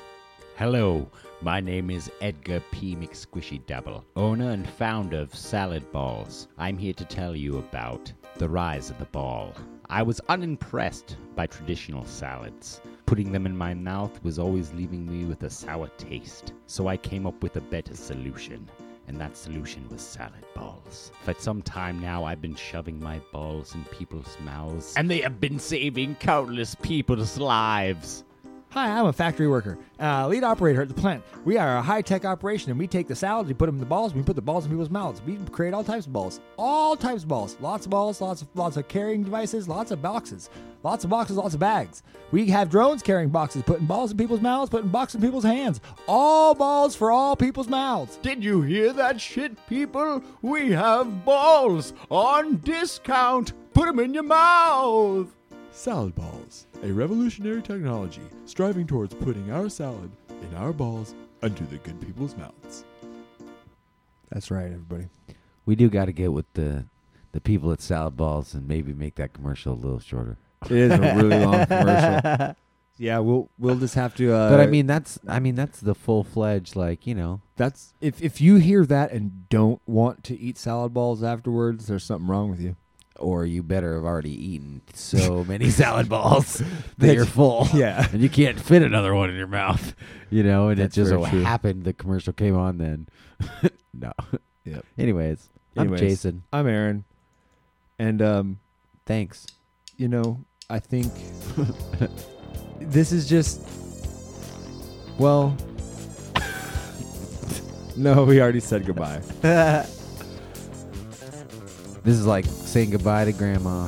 H: Hello, my name is Edgar P. McSquishy Double, owner and founder of Salad Balls. I'm here to tell you about the rise of the ball. I was unimpressed by traditional salads. Putting them in my mouth was always leaving me with a sour taste, so I came up with a better solution. And that solution was salad balls. For some time now, I've been shoving my balls in people's mouths, and they have been saving countless people's lives.
A: Hi, I'm a factory worker, uh, lead operator at the plant. We are a high tech operation, and we take the salads, we put them in the balls, we put the balls in people's mouths. We create all types of balls, all types of balls, lots of balls, lots of lots of carrying devices, lots of boxes, lots of boxes, lots of bags. We have drones carrying boxes, putting balls in people's mouths, putting boxes in people's hands. All balls for all people's mouths.
D: Did you hear that shit, people? We have balls on discount. Put 'em in your mouth.
C: Salad balls, a revolutionary technology striving towards putting our salad in our balls under the good people's mouths.
A: That's right, everybody.
B: We do got to get with the the people at Salad Balls and maybe make that commercial a
A: <laughs>
B: little shorter.
A: It is a really long <laughs> commercial. Yeah, we'll we'll just have to. Uh,
B: but I mean, that's I mean that's the full fledged like you know.
A: that's if if you hear that and don't want to eat salad balls afterwards, there's something wrong with you.
B: Or you better have already eaten
A: <laughs>
B: so many salad balls that you're full.
A: Yeah.
B: and you can't fit another one in your mouth, <laughs> you know. And
A: That's
B: it just so
A: very true.
B: happened the commercial came on then. <laughs> no.
A: Yep.
B: Anyways, I'm
A: Anyways.
B: Jason.
A: I'm Aaron, and um, <laughs>
B: Thanks.
A: you know, I think this is just well. <laughs> no, we already said goodbye.
B: This is like saying goodbye to grandma.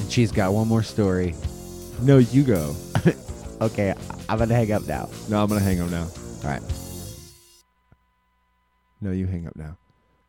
B: And she's got one more story.
A: No, you <laughs> go.
B: Okay, I'm gonna hang up now.
A: No, I'm gonna hang up now.
B: All right.
A: No, you hang up now.